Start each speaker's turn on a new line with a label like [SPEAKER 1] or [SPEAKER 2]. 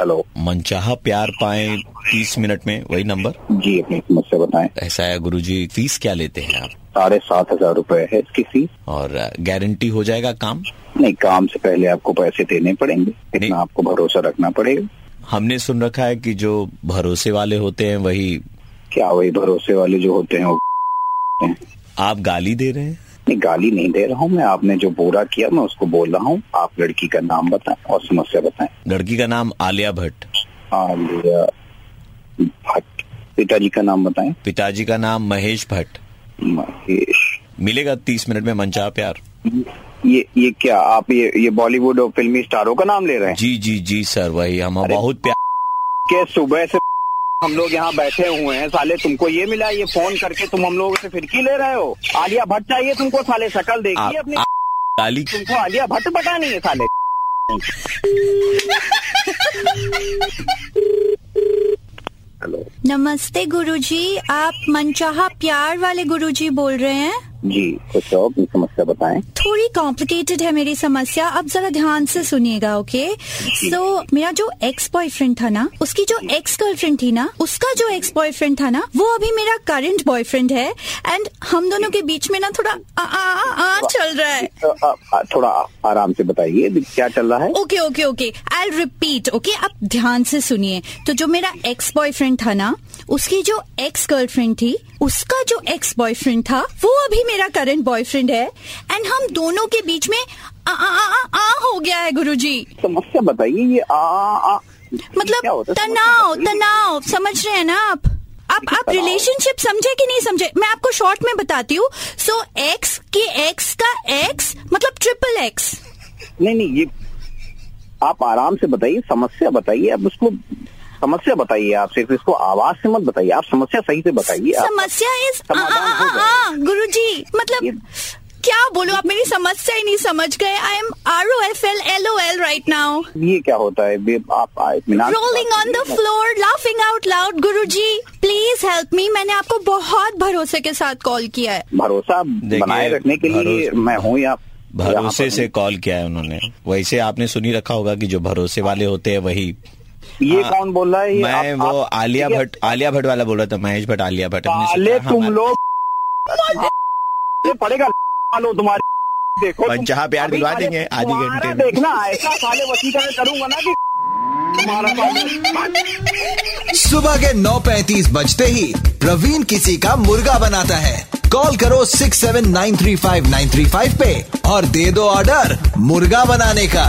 [SPEAKER 1] मनचाहा प्यार पाए तीस मिनट में वही नंबर
[SPEAKER 2] जी अपनी समस्या बताएं
[SPEAKER 1] ऐसा है गुरुजी फीस क्या लेते हैं आप
[SPEAKER 2] साढ़े सात हजार रूपए है इसकी फीस
[SPEAKER 1] और गारंटी हो जाएगा काम
[SPEAKER 2] नहीं काम से पहले आपको पैसे देने पड़ेंगे इतना आपको भरोसा रखना पड़ेगा
[SPEAKER 1] हमने सुन रखा है कि जो भरोसे वाले होते हैं वही
[SPEAKER 2] क्या वही भरोसे वाले जो होते हैं वो हैं?
[SPEAKER 1] आप गाली दे रहे हैं
[SPEAKER 2] नहीं गाली नहीं दे रहा हूँ मैं आपने जो बुरा किया मैं उसको बोल रहा हूँ आप लड़की का नाम बताएं और समस्या बताएं
[SPEAKER 1] लड़की का नाम आलिया भट्ट
[SPEAKER 2] आलिया भट्ट पिताजी का नाम बताएं
[SPEAKER 1] पिताजी का नाम महेश भट्ट
[SPEAKER 2] महेश
[SPEAKER 1] मिलेगा तीस मिनट में मनचाहा प्यार
[SPEAKER 2] ये ये क्या आप ये ये बॉलीवुड और फिल्मी स्टारों का नाम ले रहे हैं
[SPEAKER 1] जी जी जी सर वही हम बहुत प्यार
[SPEAKER 2] के सुबह से हम लोग यहाँ बैठे हुए हैं साले तुमको ये मिला ये फोन करके तुम हम लोगों से फिरकी ले रहे हो आलिया भट्ट चाहिए तुमको साले शकल देखिए
[SPEAKER 1] आप
[SPEAKER 2] अपनी
[SPEAKER 1] आप गाली
[SPEAKER 2] तुमको आलिया भट्ट बतानी है साले हेलो
[SPEAKER 3] नमस्ते गुरुजी आप मनचाहा प्यार वाले गुरुजी बोल रहे हैं
[SPEAKER 2] जी कुछ और तो अपनी समस्या बताएं
[SPEAKER 3] थोड़ी कॉम्प्लिकेटेड है मेरी समस्या आप जरा ध्यान से सुनिएगा ओके सो मेरा जो एक्स बॉयफ्रेंड था ना उसकी जो एक्स गर्लफ्रेंड थी ना उसका जो एक्स बॉयफ्रेंड था ना वो अभी मेरा करंट बॉयफ्रेंड है एंड हम दोनों के बीच में ना थोड़ा आ, आ, आ, आ चल रहा है
[SPEAKER 2] अ, तो, अ, अ, थोड़ा आराम से बताइए अभी क्या चल रहा है
[SPEAKER 3] okay okay okay I repeat okay आप ध्यान से सुनिए तो जो मेरा एक्स बॉयफ्रेंड था ना उसकी जो एक्स गर्लफ्रेंड थी उसका जो एक्स बॉयफ्रेंड था वो अभी मेरा करंट बॉयफ्रेंड है एंड हम दोनों के बीच में आ, आ, आ, आ, आ हो गया है गुरुजी
[SPEAKER 2] समस्या बताइए ये आ, आ, आ क्या
[SPEAKER 3] मतलब
[SPEAKER 2] होता है?
[SPEAKER 3] तनाव
[SPEAKER 2] समस्या बताइए।
[SPEAKER 3] तनाव समझ रहे हैं ना आप आप आप
[SPEAKER 2] तनाव।
[SPEAKER 3] रिलेशनशिप समझे कि नहीं समझे मैं आपको शॉर्ट में बताती हूँ सो एक्स के एक्स का एक्स मतलब ट्रिपल एक्स
[SPEAKER 2] नहीं नहीं ये आप आराम से बताइए समस्या बताइए आप उसको समस्या बताइए आप सिर्फ इसको आवाज से मत बताइए आप समस्या सही से बताइए आप
[SPEAKER 3] समस्या इस
[SPEAKER 2] समाधान हो जाएगा।
[SPEAKER 3] गुरु जी
[SPEAKER 2] ये-
[SPEAKER 3] मतलब क्या बोलो आप मेरी समस्या ही नहीं समझ गए I M R O F L L O L right now
[SPEAKER 2] ये क्या होता है ये आप आ- इत्मीनान से
[SPEAKER 3] रोलिंग
[SPEAKER 2] बात
[SPEAKER 3] ऑन द
[SPEAKER 2] कीजिए।
[SPEAKER 3] Floor laughing out loud Guru ji please help me मैंने आपको बहुत भरोसे के साथ कॉल किया है
[SPEAKER 2] भरोसा
[SPEAKER 1] देखिए,
[SPEAKER 2] बनाए रखने के लिए
[SPEAKER 1] भरोस-
[SPEAKER 2] मैं हूँ यहाँ
[SPEAKER 1] भरोसे
[SPEAKER 2] यहाँ
[SPEAKER 1] से कॉल किया है उन्होंने वैसे आपने सुनी रखा होगा कि जो भरोसे वाले होते हैं वही
[SPEAKER 2] पर। ये
[SPEAKER 1] हाँ,
[SPEAKER 2] कौन बोल रहा है ये
[SPEAKER 1] मैं
[SPEAKER 2] आप-
[SPEAKER 1] वो
[SPEAKER 2] आप-
[SPEAKER 1] आलिया
[SPEAKER 2] ठीक है,
[SPEAKER 1] भट्ट आलिया भट्ट वाला बोल रहा था महेश भट्ट आलिया भट्ट हमने
[SPEAKER 2] साले
[SPEAKER 1] सुना
[SPEAKER 2] तुम
[SPEAKER 1] हमारे-
[SPEAKER 2] लोग ये पड़ेगा लो तुम्हारे देखो तुम-
[SPEAKER 1] पंचाह प्यार
[SPEAKER 2] अभी
[SPEAKER 1] दिलवा
[SPEAKER 2] साले
[SPEAKER 1] देंगे आधे
[SPEAKER 2] तुम्हारा
[SPEAKER 1] घंटे में।
[SPEAKER 2] देखना ऐसा साले वसीकरण करूंगा ना कि तुम्हारा साले-
[SPEAKER 4] सुबह के 9:35 बजते ही प्रवीण किसी का मुर्गा बनाता है कॉल करो 6793593 पे और दे दो ऑर्डर मुर्गा बनाने का